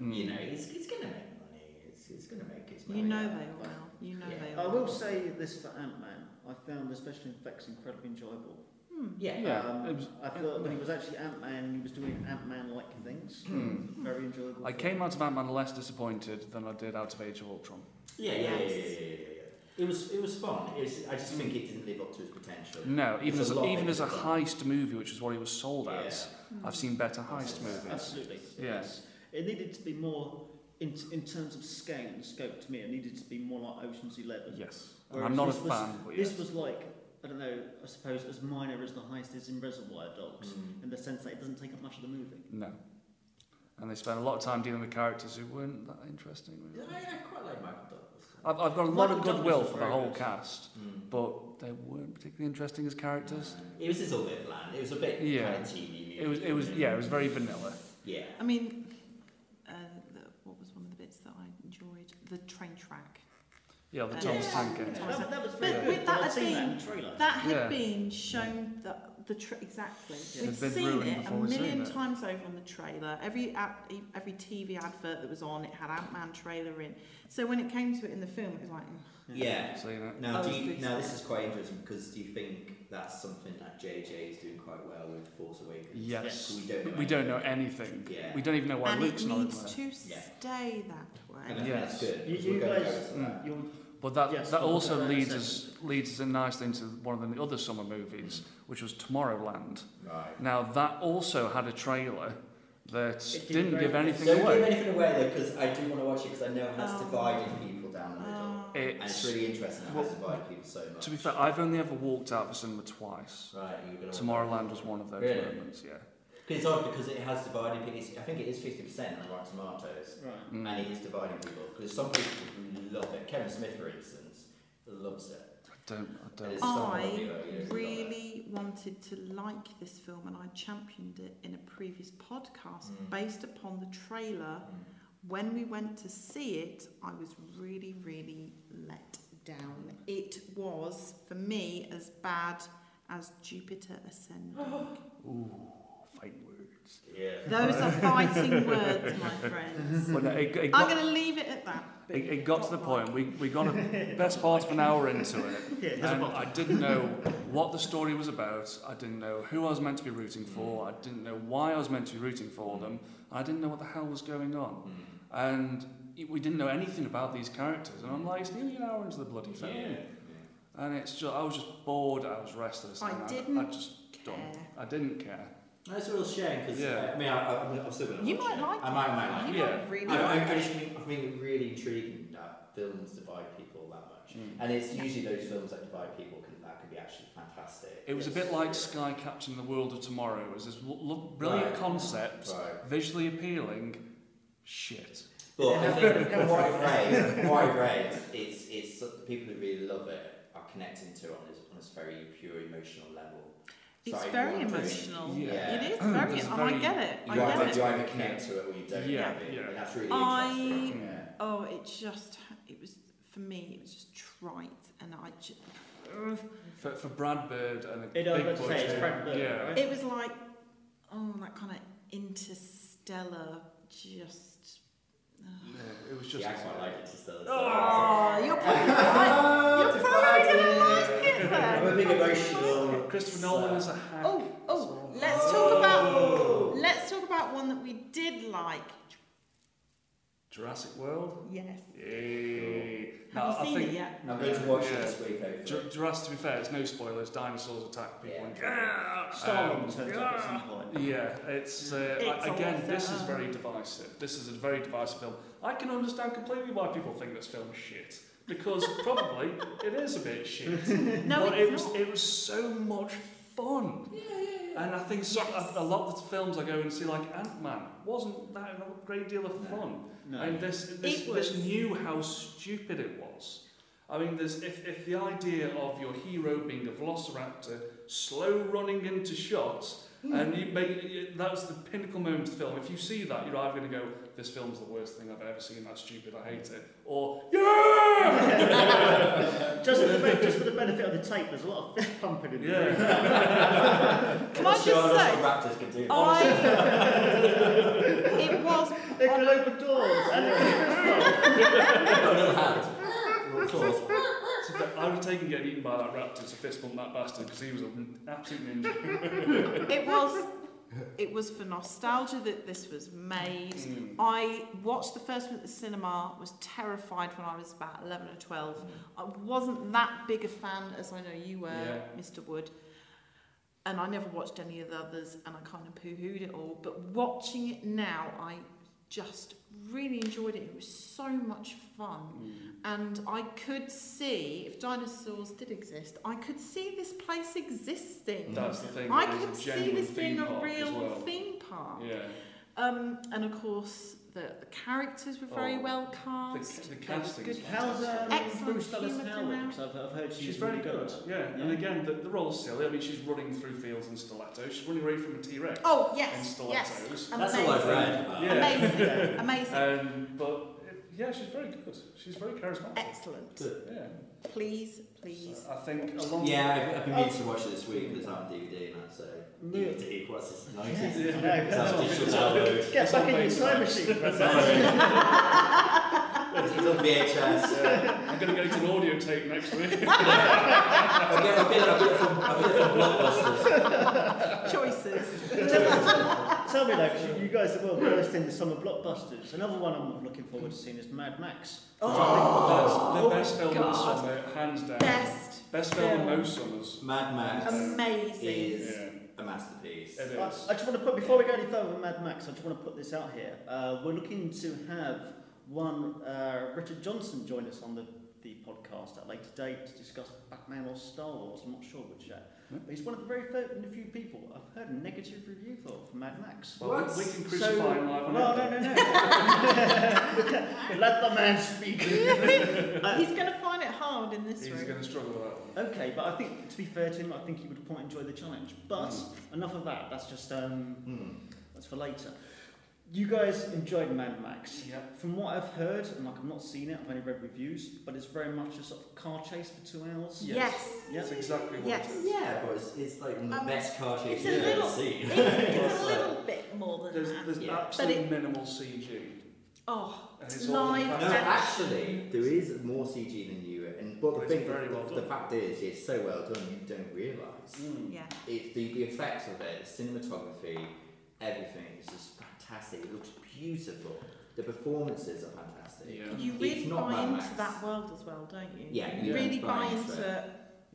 Man. Mm. You know, it's, it's going to make money. It's, it's going to make its money. You know they all now. You know Yeah. they I Oh, all. will are. say this for Ant Man. I found the special effects incredibly enjoyable. Hmm. Yeah. Yeah, Um, it was- I thought when he was actually Ant Man, he was doing Ant Man like things. Mm. Very enjoyable. I came out of Ant Man less disappointed than I did out of Age of Ultron. Yeah, yeah, yeah, yeah, Yes. yeah, yeah, yeah. It was it was fun. It was, I just think it didn't live up to its potential. potential. No, even There's as a lot of even as things a like that. heist movie, which is what he was sold Yeah. as, Hmm. I've seen better heist movies. Absolutely. Yeah. Yes. It needed to be more, in, in terms of scale and scope to me, it needed to be more like Ocean's Eleven. Yes, and Whereas I'm not a this was- fan. But This yes. was like, I don't know, I suppose as minor as the heist is in Reservoir Dogs, Mm. in the sense that it doesn't take up much of the movie. No, and they spent a lot of time dealing with characters who weren't that interesting. Yeah, Really. I, I quite like Michael Douglas. I've, I've got a lot of Michael goodwill Douglas is for the very whole good. cast, Mm. but they weren't particularly interesting as characters. It was his old land. It was a bit Yeah. kind of TV It was, it was, yeah, it was very vanilla. Yeah. I mean, uh, the, what was one of the bits that I enjoyed? The train track. Yeah, the Uh, Thomas yeah. Tank That, Engine. Thomas- was- that was very But good. but with that I'd had seen that been- in the trailer. That had Yeah. been shown that the tra- exactly. Yeah. We'd It's been seen ruined it a before we've seen million it. times over on the trailer. Every ad, e- every TV advert that was on, it had Ant Man trailer in. So when it came to it in the film, it was like, "Ugh." Yeah. So, you know, Now, Oh, do you, it's- now this is quite interesting because do you think that's something that JJ is doing quite well with Force Awakens? Yes. We don't know. we don't know anything. anything. Yeah. We don't even know why and Luke's it not in needs there. to Yeah. stay that way. And I think Yes. that's good. You- 'cause you we're gonna go guys- to that. You're But that, Yes, that we'll look at also that in a leads us leads us in nicely into one of the other summer movies, which was Tomorrowland. Mm. Right. Now that also had a trailer that It did didn't very give good. anything Don't give away. anything away though, because I do want to watch it because I know it has Oh. divided people down the middle. Uh, and it's It's, really interesting how Well, it's divided people so much. to be fair, I've only ever walked out of the cinema twice. Right, you're gonna Tomorrowland was one of those Really? moments. Yeah. Because it's odd because it has divided people. It's, I think it is 50% on Rotten Tomatoes, Right. Mm. and it is dividing people. Because some people love it. Kevin Smith, for instance, loves it. I don't. I And don't. it's someone Oh, I who, you know, who loves it. really wanted to like this film and I championed it in a previous podcast Mm. based upon the trailer. Mm. When we went to see it, I was really, really let down. It was, for me, as bad as Jupiter Oh. Ascending. Ooh, fine words. Yeah. Those are fighting words, my friends. Well, no, it, it I'm got, going to leave it at that. it, it got to the point. We we got a best part of an hour into it. Yeah, there's a And bottle. I didn't know what the story was about. I didn't know who I was meant to be rooting for. I didn't know why I was meant to be rooting for them. I didn't know what the hell was going on. Mm. And it, we didn't know anything about these characters. And I'm like, it's nearly an hour into the bloody Yeah. film. And it's just, I was just bored. I was restless. I and I, I didn't just care. done. I didn't care. That's a real shame because Yeah. I mean, I, I, I'm still gonna You watch might it. like it. I might, might like it. You Yeah. might really I, like I, I it. just think, I think it's really intriguing that films divide people that much. Mm. And it's usually those films that divide people can, that can be actually fantastic. It was a It's- bit like Sky Captain the World of Tomorrow. It was this l- l- brilliant Right. concept, Right. visually appealing. Shit. But I think in a wide range, wide range, it's it's the people who really love it are connecting to it on this on this very pure emotional level. It's So you very either- emotional. Yeah. It is There's very, a and I very- get it. You I get either, it. you either connect to it or you don't. Yeah, really, yeah. And that's really I- interesting. Mm. Oh, it just, it was, for me, it was just trite. And I just, For, for Brad Bird and a It- big I was about to budget- say, it's Brad Bird, Yeah. right? it was like, oh, that kind of interstellar, just. yeah. It was just. Yeah, I quite like it to still. Oh, you're probably right. You're probably going to like it then. I'm a big emotional. Oh, Christopher Nolan is a hack. Oh, oh, let's talk about, let's talk about one that we did like. Jurassic World. Yes. Yay! Have Now, you I seen think it yet? I'm going to watch Yeah. it this week. Hopefully. Ju- Jurassic. To be fair, it's no spoilers. Dinosaurs attack people. and- Yeah. Starlong Um, turns up at some point. Yeah, it's, uh, It's I- again. awesome. This is very divisive. This is a very divisive film. I can understand completely why people think this film is shit because probably it is a bit shit. No, but it it's was not. it was so much fun. Yeah, yeah, yeah. And I think so, a, a lot of the films I go and see, like Ant Man, wasn't that a great deal of No. fun? I No. mean, this, this, It was- this knew how stupid it was. I mean, there's, if, if the idea of your hero being a velociraptor, slow running into shots, Hmm. and you make, you- that was the pinnacle moment of the film. If you see that, you're either going to go, this film's the worst thing I've ever seen, that's stupid, I hate it, or, yeah! Just for, the, ben- just for the benefit of the tape, there's a lot of fist pumping in there. yeah. Can I I'm sure just that's say- Oh, what Raptors can do. I, it was It could open doors and it could Little hand. Little claws. So that- I would have taken getting eaten by that raptor to fist bump that bastard because he was an absolute ninja. It was It was for nostalgia that this was made. Mm. I watched the first one at the cinema, was terrified when I was about 11 or 12. Mm. I wasn't that big a fan as I know you were, Yeah. Mr. Wood. And I never watched any of the others and I kind of poo hooed it all. But watching it now, I just really enjoyed it. It was so much fun. Mm. And I could see, if dinosaurs did exist, I could see this place existing. That's the thing. I that there's a could see genuine this being theme a park as real well. theme park. Yeah. Um, and of course, the, the characters were very Oh, well The, cast. the There was casting is good- How's um, Excellent Bruce Ellis humour now? throughout. Because I've, I've heard she's, She's very really good. Yeah. Yeah. and again, the, the role's silly. I mean, she's running through fields in stilettos. She's running away from a T Rex Oh, in yes. Yes. stilettos. That's all I've Amazing. read about. Yeah. Amazing. Amazing. Um, but uh, yeah, she's very good. She's very charismatic. Excellent. Good. Yeah. Please, please. So I think along. Yeah, I've, I've been Oh. meaning to watch it this week, but it's not on DVD now, so Move. DVD, what's this, Yeah. 90s? Yeah. It's on digital download. Get It's on back in your VHS. time machine. It's Professor. on VHS. I'm going to go to an audio tape next week. I'll get, I'll get, I'll get it from, I'll get it from Blockbusters. Choices. Tell me, like, you- you guys have all burst into summer blockbusters. Another one I'm looking forward to seeing is Mad Max. That's the best film of the Oh, God. summer, hands down. Best. Best film of film. most summers. Mad Max Amazing. Yeah. is a masterpiece. It I, is. I just want to put, before we go any further with Mad Max, I just want to put this out here. Uh, we're looking to have one, uh, Richard Johnson, join us on the, the podcast at a later date to discuss Batman or Star Wars. I'm not sure which yet. Hmm. But he's one of the very fir- few people I've heard a negative review for, for Mad Max. Well, we- What? we can crucify him live on No, air. no, no, no. Let the man speak. He's going to find it hard in this He's room. going to struggle with that one. Okay, but I think to be fair to him, I think he would quite enjoy the challenge. But enough of that. That's just um, Hmm. that's for later. You guys enjoyed Mad Max. Yeah. From what I've heard, and like I've not seen it, I've only read reviews, but it's very much a sort of car chase for two hours. Yeah. Yes. Yes. Yeah. That's exactly what Yes. it is. Yeah, but it's, it's like the Um, best car chase it's a you've ever little- seen. It's, it's a little bit more than There's, that. there's Yeah. absolutely But minimal CG. Oh, And it's it's all live in No, fact- actually, there is more CG than you, and but But the it's thing, very well done. the, the fact is, it's so well done you don't realise. Mm. yeah. It's the, the effects of it, the cinematography, everything is just fantastic. It looks beautiful. The performances are fantastic. Yeah. You It's really not buy Mad into Max. that world as well, don't you? Yeah, You yeah, really buy buy into into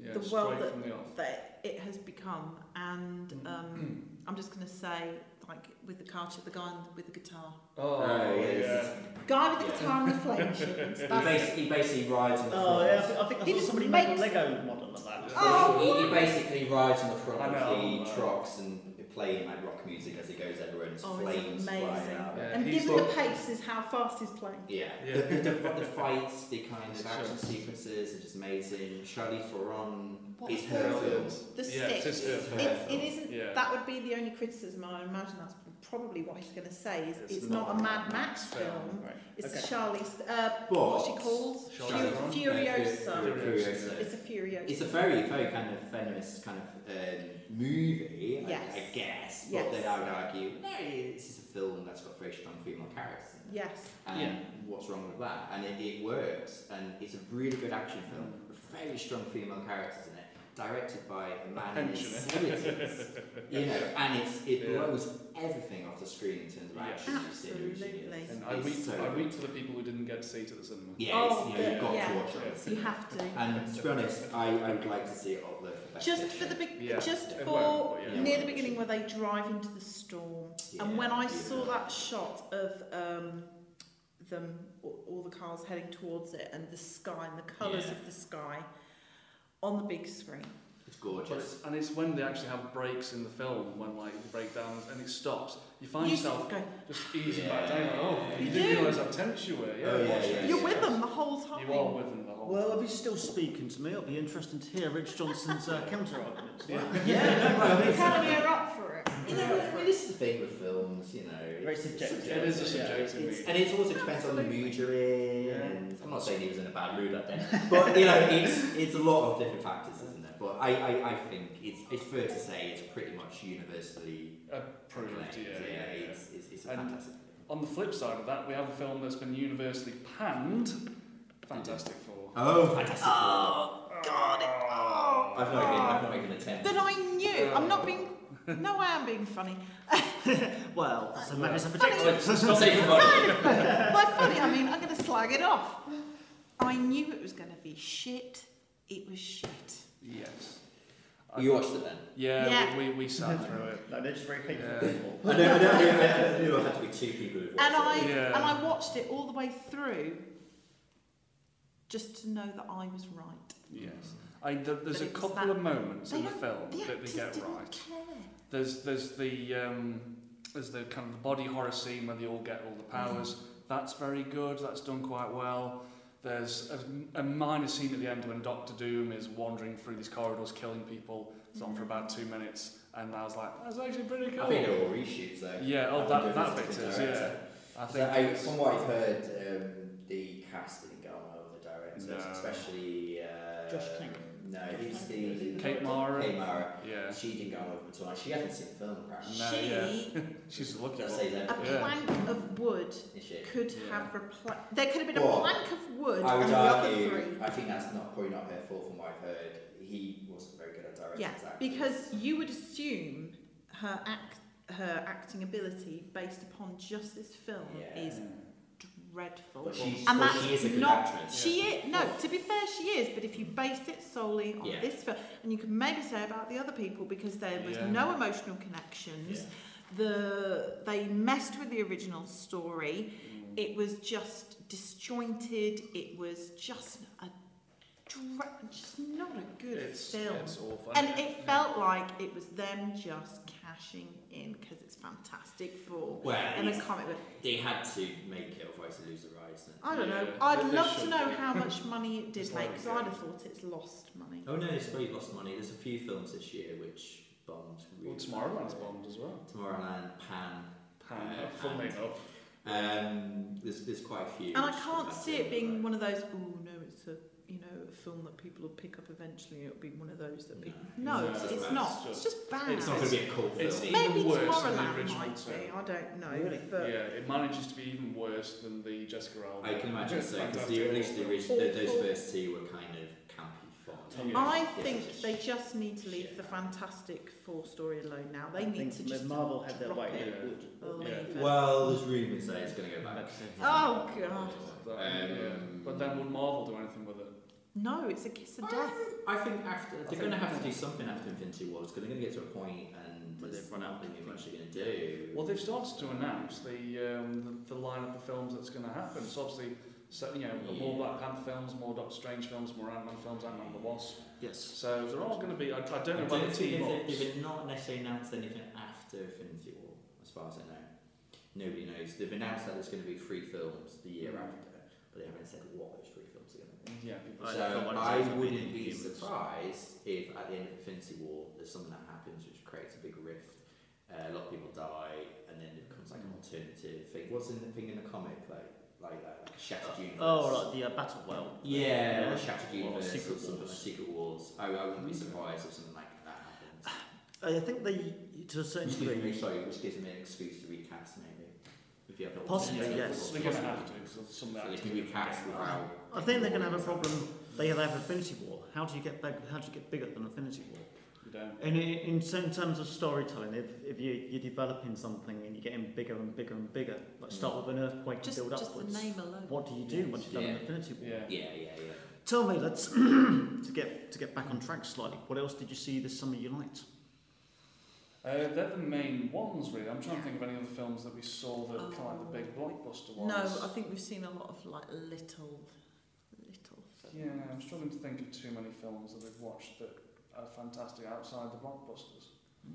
Yeah, The straight world from the off. that it has become, and um, I'm just going to say, like with the car, the guy with the guitar, Oh, Oh, yeah, this yeah. is- guy with the Yeah. guitar and the flame shields. He That's basically, he basically rides on the Oh front. yeah, I think, I think I He saw just somebody make a makes- Lego model of that. Oh, he, he basically rides on the front I of know. the trucks and playing like rock music as it goes everywhere and it's Oh, it's flames flying amazing. out. Yeah. and he's given the got- pace is how fast he's playing. Yeah, Yeah. The, the, the, the fights, the kind of Sure. action sequences are just amazing. Charlie Theron What is is her her film. The Yeah, stick. it's his film. It's her It, film. it isn't. Yeah. That would be the only criticism, and I imagine that's probably what he's going to say. Is It's it's, not, not a Mad Max film. Right. It's Okay. a Charlize. Uh, But what's she called? Charlize Fu- Theron? Furiosa. Furiosa. It's a Furiosa. It's a very, very kind of feminist kind of um, movie, I- Yes. I, guess. But Yes. then I would argue, no, this is a film that's got very strong female characters. in it. yes. And Yeah. what's wrong with that? And it, it works, and it's a really good action film Mm. with very strong female characters in it, directed by a man in his Pensioner. seventies. you know, and it's it Yeah. blows everything off the screen in terms of Yeah. action. considerations. Absolutely. It's And I weep, so I good. weep for the people who didn't get to see it at the cinema. Yeah, Oh, it's, you know, the- you've got yeah. to watch it. on the You cinema. have to. And to be honest, I, I would like to see it uplift. the Just for the competition. big, Yeah. just It for won't, but yeah. near the beginning where they drive into the storm, Yeah, and when I yeah. saw that shot of um, them, all, all the cars heading towards it, and the sky and the colours Yeah. of the sky on the big screen. it's But gorgeous. it's, and it's when they actually have breaks in the film, when like the breakdowns and it stops, you find You yourself go, just easing back Yeah. down. Like, oh, you, You didn't do. realise how tense you were. Yeah, Oh, yeah, watching yeah, it. you're with them the whole time. You are with them the whole Well, time. if he's still speaking to me, it'll be interesting to hear Rich Johnson's uh, counter arguments. Yeah. yeah, no, You're right. telling me you're up for it. You know, I mean, this is the thing with films, you know. Very it's- it's subjective. It is a Yeah. subjective It's- medium. And it also depends on the mood you're in. Yeah. And I'm not saying he was in a bad mood that day, but you know, it's it's a lot of different factors, isn't it? But I, I, I think it's it's fair to say it's pretty much universally Approved, acclaimed. yeah, Yeah, yeah, yeah. It's, it's it's a And- fantastic film. On the flip side of that, we have a film that's been universally panned. Fantastic Four. Oh, fantastic! Oh God! It, oh, I've not, God. made- I've not made an attempt. But I knew. I'm not being no, I am being funny. Well, that's a, Well, it's a funny- particular. Not taking Kind of. By funny, I mean I'm going to slag it off. I knew it was going to be shit. It was shit. Yes. You watched it then? Yeah, Yeah. We, we, we sat through it. No, they're just very hateful Yeah. people. I know, I know, I knew there had to be two people who And I watched it. Yeah. and I watched it all the way through, just to know that I was right. Yes. I, th- there's But a it was couple that- of moments in they the film The that actors they get didn't right. care. There's there's the um, there's the kind of the body horror scene where they all get all the powers. Mm-hmm. That's very good. That's done quite well. There's a, a minor scene at the end when Doctor Doom is wandering through these corridors killing people. It's on for Mm-hmm. about two minutes, and I was like, that's actually pretty cool. I think they were all reshoots though. Yeah, oh, I that- think that it was bit a different is, director. I So think I, it's- from what I've heard, um, the cast didn't get on well with the directors, No. especially uh, Josh King. No, Josh he's King. the Kate Mara. Kate Mara. yeah, She didn't get on well with them at all. She hasn't seen the film apparently. No, she, she's a lucky Let's one. say that. a Yeah. plank of wood, Is she? could Yeah. have replaced. There could have been Well, a plank of wood I and would the other three. argue. I think that's not probably not her fault from what I've heard. He wasn't very good at directing. Yeah, his actors. because you would assume her act, her acting ability based upon just this film Yeah. is dreadful. But she's, And but that's she is a good not- actress. She is no. To be fair, she is. But if you based it solely on Yeah. this film, and you can maybe say about the other people because there was Yeah. no emotional connections. Yeah. The they messed with the original story. It was just disjointed. It was just a dra- just not a good It's, film. it's awful. And it felt like it was them just cashing in because it's Fantastic Four Well, and a it's- comic book. they had to make it, otherwise they lose the rights. didn't I don't know. Yeah, I'd they- they love to should. know how much money it did It's make like, because yeah. I'd have thought it's lost money. Oh no, it's probably lost money. There's a few films this year which bombed. Well, Tomorrowland's bombed as well. Tomorrowland, Pan. Pan, Uh, funnily and- enough. Um, there's, there's quite a few. And I which can't have see it been, being but- one of those. Oh no, it's a you know a film that people will pick up eventually. It'll be one of those that people. No, No, it's, it's it's bad. not. It's It's just bad. it's It's not going to be a cult film. It's even Maybe worse than the Tomorrowland original might too. be. I don't know. Really? But yeah, it manages to be even worse than the Jessica Alba. I can imagine It's so because fantastic. the, at least the orig- Awful. th- those first two were kind of campy fun. Yeah. I Yes, think yes. they just need to leave Shit. the Fantastic Four story alone now. They I need think to if just Marvel had their drop way, it. they would. Or Yeah. leave it. Well, there's rumours that it's going to go back. Um, Oh, God. That, yeah. But then would Marvel do anything with it? No, it's a kiss of death. I think after they're think- going to have to do something after Infinity War. It's going to get to a point and But there's they've run out nothing of much they're going to do. Well, they've started to announce the um, the, the line of the films that's going to happen. So obviously, so, you know, more Yeah. Black Panther films, more Doctor Strange films, more Ant Man films, Ant Man the Wasp. Yes. So they're all going to be. I, I don't know I about don't the think team they've, ups. they've not necessarily announced anything after Infinity War, as far as I know. Nobody knows. They've announced that there's going to be three films the Mm. year after, but they haven't said what those three films are going to be. Yeah, people I- say. for So one of I those, I wouldn't mean, be humans. surprised if at the end of Infinity War there's something that happens which creates a big rift. Uh, a lot of people die, and then it becomes like Mm. an alternative thing. What's in the thing in the comic like like that, like a shattered universe? Oh, like the uh, Battle World. Yeah, or Shattered Or Universe, or, Secret something like Wars. Mm. Secret Wars. I, I wouldn't be surprised if something like that happens. I think they, to a certain Which gives me, degree, sorry, which gives me an excuse to recast maybe. If you have an Possibly, alternative yes. They're for going to the have to because some of the So they actors can recast without. I think they're going to have a problem. They have Infinity War. How do you get big, How do you get bigger than Infinity War? You don't. And i- in, in terms of storytelling, if, if you, you're developing something and you're getting bigger and bigger and bigger, like start with an earthquake Just, and build just the upwards. name alone. What do you do once you've done Yeah. an Infinity War? Yeah. Yeah, yeah, yeah. Tell me, let's to get to get back on track slightly. What else did you see this summer you liked? Uh, they're the main ones, really. I'm trying to think of any other films that we saw that kind of like the big blockbuster ones. Oh. No, I think we've seen a lot of like little, little. Yeah, I'm struggling to think of too many films that I've watched that are fantastic outside the blockbusters.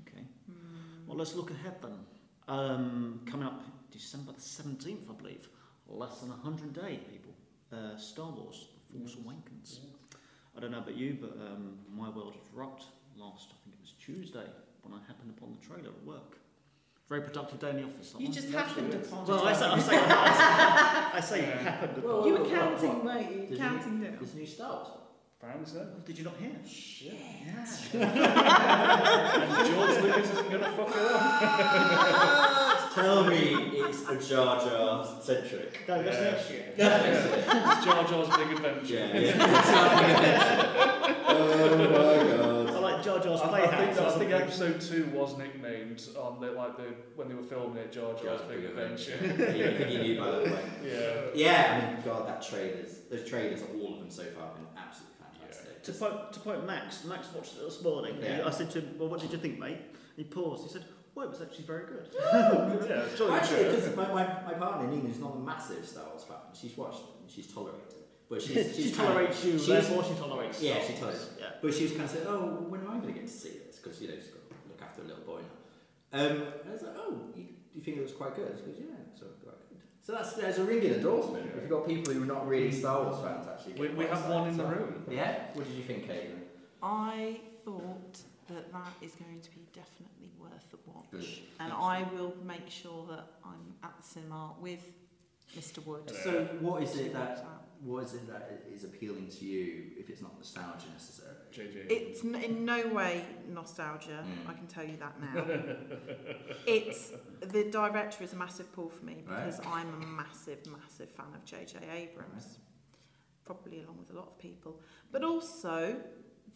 Okay. Mm. Well, let's look ahead then. Um, coming up December the 17th, I believe, less than 100 day, people. Uh, Star Wars, The Force Yes. Awakens. I don't know about you, but um, my world had rocked last, I think it was Tuesday, when I happened upon the trailer at work. Very productive day in the office. that you one. just Yeah, happened sure is. upon Well, I it. say, I say, I say, I say Yeah. happened upon. Well, you Oh, were counting, what, weren't you? Did counting down. There's new Star Wars. Apparently so. Did you not hear? Shit. Yeah. And George Lucas isn't going to fuck her up. Ah! Tell me it's a Jar Jar centric. No, that's Yeah. next year. it's Jar Jar's big adventure. Yeah, yeah. oh my I like George Orr's I, I Playhouse. think, that, I or think something. episode two was nicknamed on the, like the when they were filming it, George Orr's George's Big Big Adventure. yeah, I think you knew by that point. yeah. Yeah, I mean, God, that trailers, those trailers, all of them so far have been absolutely fantastic. To quote, to quote Max, Max watched it this morning. Yeah. I said to him, Well, what did you think, mate? he paused. He said, Well, it was actually very good. Yeah. Jolly good. Actually, because my, my, my partner Nina is not a massive Star Wars fan. She's watched them. and She's tolerated them, but she's she she's kind of- tolerates you, she's- therefore she tolerates Yeah, Star she Wars. tolerates. Yeah. But she was kind of saying, "Oh, when am I going to get to see this?" Because you know she's got to look after a little boy now. Um, and I was like, "Oh, you, do you think it was quite good?" She goes, "Yeah, it's all quite good." So that's there's a ringing endorsement. If you've got people who are not really Star Wars fans, actually, We, getting we quite have one in the excited. room. Yeah. What did you think, Caitlin? I thought that that is going to be definitely worth the watch, Good. and I will make sure that I'm at the cinema with Mr. Wood. So what is it that Check out. what is it that is appealing to you if it's not nostalgia necessarily? JJ. It's n- in no way nostalgia. Mm. I can tell you that now. it's the director is a massive pull for me because I'm a massive, massive fan of J.J. Abrams, probably along with a lot of people. But also,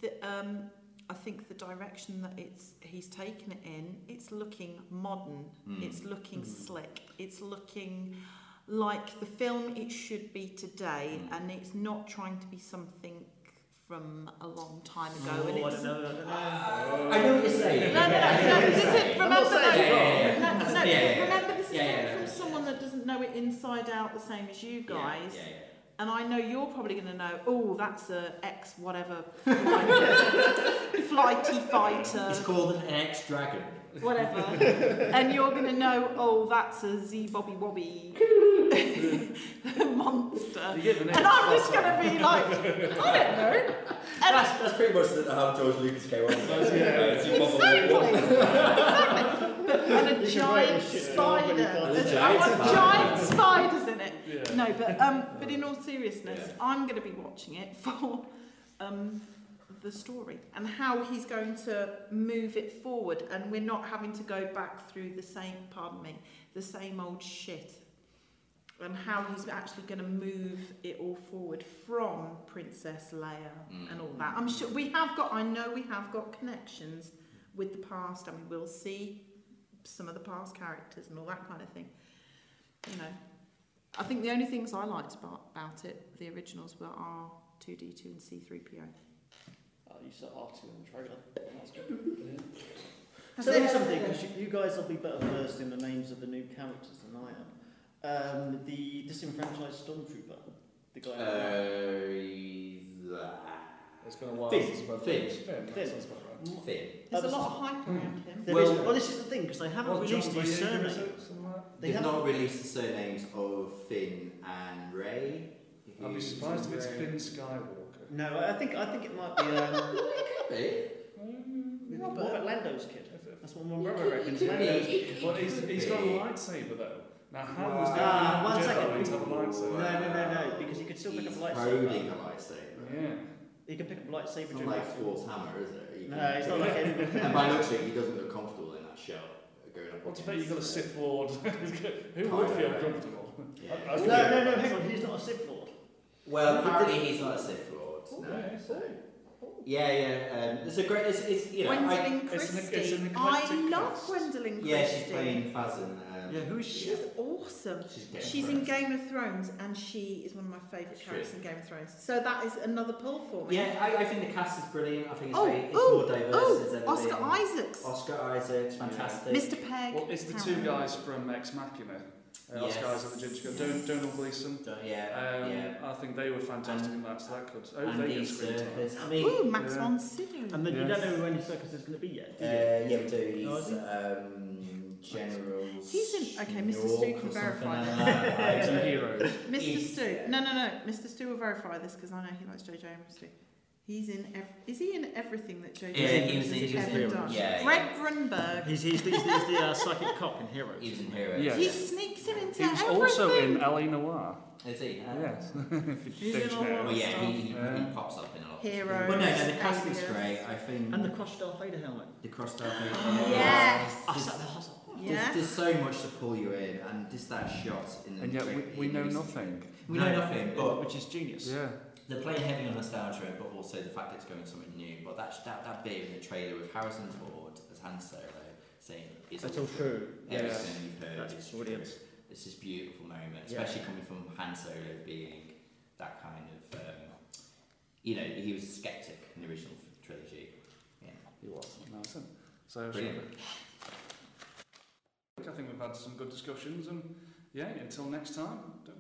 the, um, I think the direction that it's he's taken it in, it's looking modern. Mm. It's looking Mm. slick. It's looking like the film it should be today, Mm. and it's not trying to be something from a long time ago. Oh, and it I don't doesn't- know, I don't know. I know what you're saying. No, no, no, I know no, what you're this is- saying. remember I'm not saying that- it's No, wrong. no, Yeah, yeah, yeah. remember this is Yeah, yeah, coming from yeah. someone that doesn't know it inside out the same as you guys. Yeah, yeah, yeah. And I know you're probably going to know, oh, that's a X whatever flighty, flighty It's fighter, called an ex dragon. whatever. and you're going to know, oh, that's a Z Bobby Wobby monster. You get the name. And I'm just going to be like, I don't know. And that's, that's pretty much the, how George Lucas came on. That's- yeah. Exactly. exactly. And a You should giant write your shit down spider. when you can't There's- do it. I want Giant giant spiders in it. Yeah. No, but um, but in all seriousness, Yeah. I'm going to be watching it for um, the story and how he's going to move it forward, and we're not having to go back through the same. Pardon me, the same old shit. And how he's actually going to move it all forward from Princess Leia Mm. and all that. I'm sure we have got. I know we have got connections with the past, and we will see some of the past characters and all that kind of thing. You know, I think the only things I liked about, about it, the originals, were R two D two and C three PO. Oh, you said R2 in the trailer. That's good. That's Tell me it. something, because you, you guys will be better versed in the names of the new characters than I am. Um, the disenfranchised stormtrooper, the Uh, guy. It's been a while Finn. since I've Finn. Finn. Finn. that Finn. sounds about right. Uh, Finn. There's a lot of hype around him. There Well- is- well, this is the thing because they haven't What, released John his Boyega, surname. is it? Something like that? They They've haven't. not released the surnames of Finn and Ray. I'd be surprised if it's Finn Skywalker. No, I think I think it might be um, It Robert Lando's kid. That's what my could brother reckons. Lando's. be. Well, he's, he's got a be. lightsaber though. Now, how Wow. was that? Ah, one Jedi second. to have a No, lightsaber? no, no, no, because he could still pick He's up a holding lightsaber. a lightsaber. Yeah. He can pick up a It's lightsaber not during like battle. Thor's hammer, is it? You No, can- it's not like him. And by looks of it, he doesn't look comfortable in that shell. Going up What do you think? against You've got a the- Sith Lord. Who Kylo would feel Ren. comfortable? Yeah. I- I was No, no, no, hang on, he's not a Sith Lord. Well, apparently he's not a Sith Lord. No. Okay, so- Yeah, yeah. Um, it's a great. It's, it's you know. I, Gwendolyn it's Christie. an- it's an I eclectic love cast. Gwendolyn Christie. yeah, she's playing Fazan. Um, Yeah, who is she? She's awesome. She's, Game She's of in Thrones. Game of Thrones, and she is one of my favourite She characters is. in Game of Thrones. So that is another pull for me. Yeah, I, I think the cast is brilliant. I think it's, Oh, very, it's oh, more diverse. Oh, as ever Oscar been. Isaacs, Oscar Isaac's fantastic. Mr. Pegg. Well, it's the two Cameron. guys from Ex Machina. Uh, Yes. Oscar Isaac and Ginger Scott. Don- Donald Gleeson. Don't- yeah, Um, yeah. I think they were fantastic in that, so that could. I hope they Andy get screen time. Serkis. I mean, Ooh, Max Yeah. von Sydow. Um, And then you Yes. don't know who any circus is going to be yet, uh, do you? yeah, we do. Oh, He's is he? um, General. He's in- okay, Snook Mr. Stu can or something verify like Heroes and that. heroes. Mr. He's- Stu. No, no, no. Mr. Stu will verify this because I know he likes JJ Abrams too. He's in. Ev- is he in everything that JJ Yeah, he Abrams was in- has he was ever in- done? yeah, Greg yeah. Grunberg. He's, he's, the- he's the, he's the uh, psychic cop in Heroes. He's in Heroes. Yeah. He sneaks him into He was everything. also in uh, LA Noir. Is he? Uh, Yes. He's in all Well, yeah, he, he, he Yeah. pops up in a lot. Heroes. But no, no, the casting's Alias. great. I think And the crushed Darth Vader helmet. the cross out. Oh, Yes. I sat there, I was like, Yeah. There's, there's so much to pull you in, and just that shot in the. And yet we, in we know recent- nothing. We know nothing, but which is genius. Yeah. They're playing heavy on nostalgia, but also the fact it's going something new. But that that, that bit in the trailer with Harrison Ford as Han Solo saying it's That's all true. Yes. Everything you've heard is That's true. brilliant. It's this beautiful moment, Yeah. especially coming from Han Solo being that kind of, um, you know, he was a skeptic in the original trilogy. Yeah, he was. Nice. then. So, shall Brilliant. I think we've had some good discussions, and yeah, until next time, don't